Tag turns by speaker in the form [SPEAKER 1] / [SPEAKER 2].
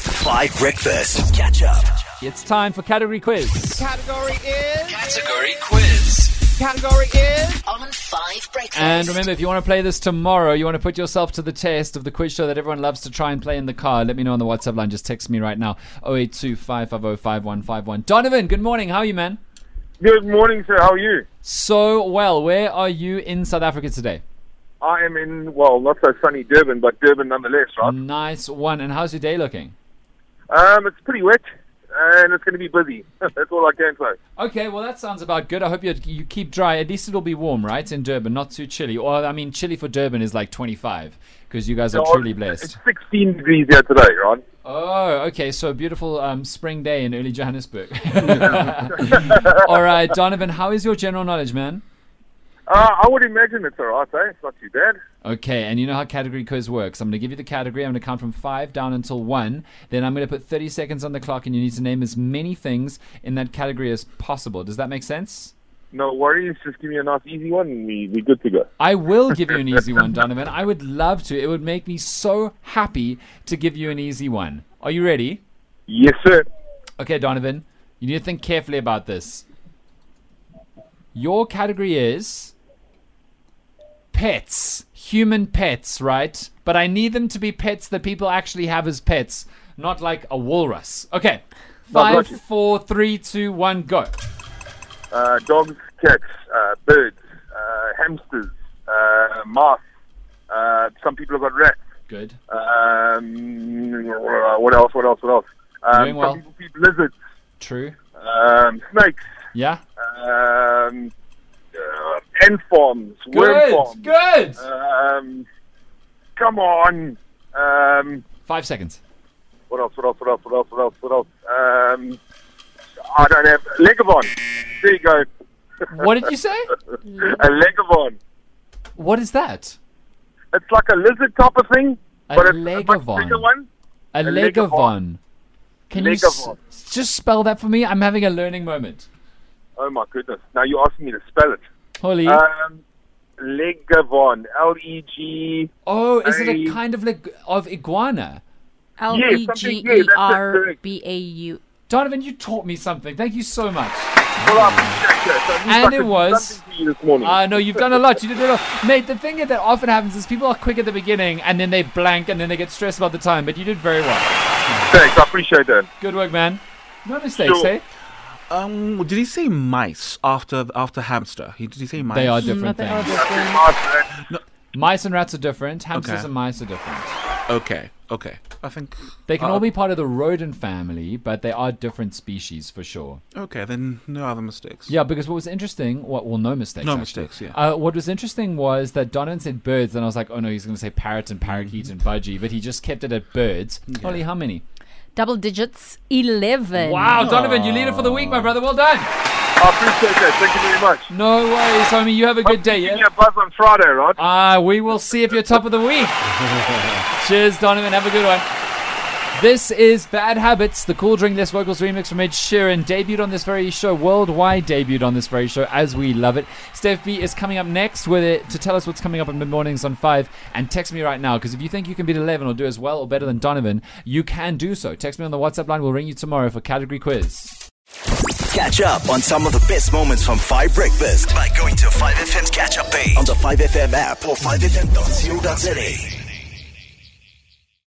[SPEAKER 1] Five Breakfast. Catch up.
[SPEAKER 2] It's time for category quiz.
[SPEAKER 3] Category is.
[SPEAKER 1] Category quiz.
[SPEAKER 3] Category is.
[SPEAKER 4] on Five Breakfast.
[SPEAKER 2] And remember, if you want to play this tomorrow, you want to put yourself to the test of the quiz show that everyone loves to try and play in the car. Let me know on the WhatsApp line. Just text me right now 082 Donovan, good morning. How are you, man?
[SPEAKER 5] Good morning, sir. How are you?
[SPEAKER 2] So well. Where are you in South Africa today?
[SPEAKER 5] I am in, well, not so sunny Durban, but Durban nonetheless, right?
[SPEAKER 2] Nice one. And how's your day looking? Mm.
[SPEAKER 5] Um, it's pretty wet, and it's going to be busy. That's all I can say.
[SPEAKER 2] Okay, well, that sounds about good. I hope you you keep dry. At least it'll be warm, right? In Durban, not too chilly. Or, I mean, chilly for Durban is like 25 because you guys are truly blessed.
[SPEAKER 5] It's 16 degrees here today, right?
[SPEAKER 2] Oh, okay. So a beautiful um, spring day in early Johannesburg. Mm-hmm. All right, Donovan, how is your general knowledge, man?
[SPEAKER 5] Uh, I would imagine it's all right, eh? It's not too bad.
[SPEAKER 2] Okay, and you know how category quiz works. I'm going to give you the category. I'm going to count from five down until one. Then I'm going to put 30 seconds on the clock, and you need to name as many things in that category as possible. Does that make sense?
[SPEAKER 5] No worries. Just give me a nice easy one, and we, we're good to go.
[SPEAKER 2] I will give you an easy one, Donovan. I would love to. It would make me so happy to give you an easy one. Are you ready?
[SPEAKER 5] Yes, sir.
[SPEAKER 2] Okay, Donovan, you need to think carefully about this. Your category is pets, human pets, right? But I need them to be pets that people actually have as pets, not like a walrus. Okay, five,
[SPEAKER 5] got you.
[SPEAKER 2] four, three, two, one, go.
[SPEAKER 5] Uh, dogs, cats, uh, birds, uh, hamsters, uh, mice. Uh, some people have got rats.
[SPEAKER 2] Good.
[SPEAKER 5] Uh, Um, what else? What else? What else? Um,
[SPEAKER 2] Doing well.
[SPEAKER 5] Some people keep lizards,
[SPEAKER 2] True.
[SPEAKER 5] um, snakes,
[SPEAKER 2] Yeah.
[SPEAKER 5] um, uh, ant farms, worm
[SPEAKER 2] Good.
[SPEAKER 5] farms.
[SPEAKER 2] Good.
[SPEAKER 5] Um, come on. Um,
[SPEAKER 2] Five seconds.
[SPEAKER 5] what else? What else? What else? What else? What else? What else? Um, I don't have Legavon. There you go.
[SPEAKER 2] What did you say?
[SPEAKER 5] A Legavon.
[SPEAKER 2] What is that?
[SPEAKER 5] It's like a lizard type of thing,
[SPEAKER 2] A
[SPEAKER 5] but it's a much
[SPEAKER 2] Legavon.
[SPEAKER 5] bigger one.
[SPEAKER 2] A,
[SPEAKER 5] Legavon.
[SPEAKER 2] Legavon. Can you s-
[SPEAKER 5] Legavon.
[SPEAKER 2] just spell that for me? I'm having a learning moment.
[SPEAKER 5] Oh my goodness! Now you're asking me to spell it.
[SPEAKER 2] Holy.
[SPEAKER 5] Um, Legavon. L E G.
[SPEAKER 2] Oh, is it a
[SPEAKER 5] I-
[SPEAKER 2] kind of like of iguana?
[SPEAKER 6] L
[SPEAKER 5] something-
[SPEAKER 6] E
[SPEAKER 5] yeah,
[SPEAKER 6] G
[SPEAKER 5] that's
[SPEAKER 6] E
[SPEAKER 5] it,
[SPEAKER 6] R
[SPEAKER 5] correct.
[SPEAKER 6] B A U.
[SPEAKER 2] Donovan, you taught me something. Thank you so much.
[SPEAKER 5] Well, I appreciate that. So at least
[SPEAKER 2] And
[SPEAKER 5] I
[SPEAKER 2] it
[SPEAKER 5] could do
[SPEAKER 2] was-
[SPEAKER 5] something for you this morning.
[SPEAKER 2] Uh, no, you've done a lot. You did a lot. Mate, the thing that often happens is people are quick at the beginning and then they blank and then they get stressed about the time, but you did very well.
[SPEAKER 5] Thanks, I appreciate that.
[SPEAKER 2] Good work, man. No mistakes,
[SPEAKER 5] Sure.
[SPEAKER 2] eh?
[SPEAKER 7] Um, did he say mice after after hamster? He did he say mice?
[SPEAKER 2] They are different
[SPEAKER 6] Nothing
[SPEAKER 2] things.
[SPEAKER 6] different.
[SPEAKER 5] Nice,
[SPEAKER 2] Mice and rats are different. Hamsters
[SPEAKER 7] Okay.
[SPEAKER 2] and mice are different.
[SPEAKER 7] Okay, okay. I think
[SPEAKER 2] They can
[SPEAKER 7] Uh,
[SPEAKER 2] all be part of the rodent family, but they are different species for sure.
[SPEAKER 7] okay. Then no other mistakes.
[SPEAKER 2] Yeah, because what was interesting, what well, no mistakes.
[SPEAKER 7] No
[SPEAKER 2] actually.
[SPEAKER 7] mistakes, yeah.
[SPEAKER 2] Uh, what was interesting was that Donovan said birds, and I was like, oh no, he's going to say parrot and parakeet and budgie, but he just kept it at birds. Holly, how many?
[SPEAKER 6] Double digits, 11.
[SPEAKER 2] Wow, Donovan, you lead it for the week, my brother. Well done.
[SPEAKER 5] I appreciate that. Thank you very much.
[SPEAKER 2] No worries, homie. You have a good day.
[SPEAKER 5] Give me
[SPEAKER 2] Yeah.
[SPEAKER 5] a buzz on Friday, right?
[SPEAKER 2] Ah, we will see if you're top of the week. Cheers, Donovan. Have a good one. This is Bad Habits, the cool drink less vocals remix from Ed Sheeran, debuted on this very show, worldwide debuted on this very show, as we love it. Steph B is coming up next with it to tell us what's coming up in mid mornings on five. And text me right now because if you think you can beat eleven or do as well or better than Donovan, you can do so. Text me on the WhatsApp line. We'll ring you tomorrow for category quiz.
[SPEAKER 1] Catch up on some of the best moments from Five Breakfast by going to 5FM's catch up page on the 5FM app or 5FM.co.za.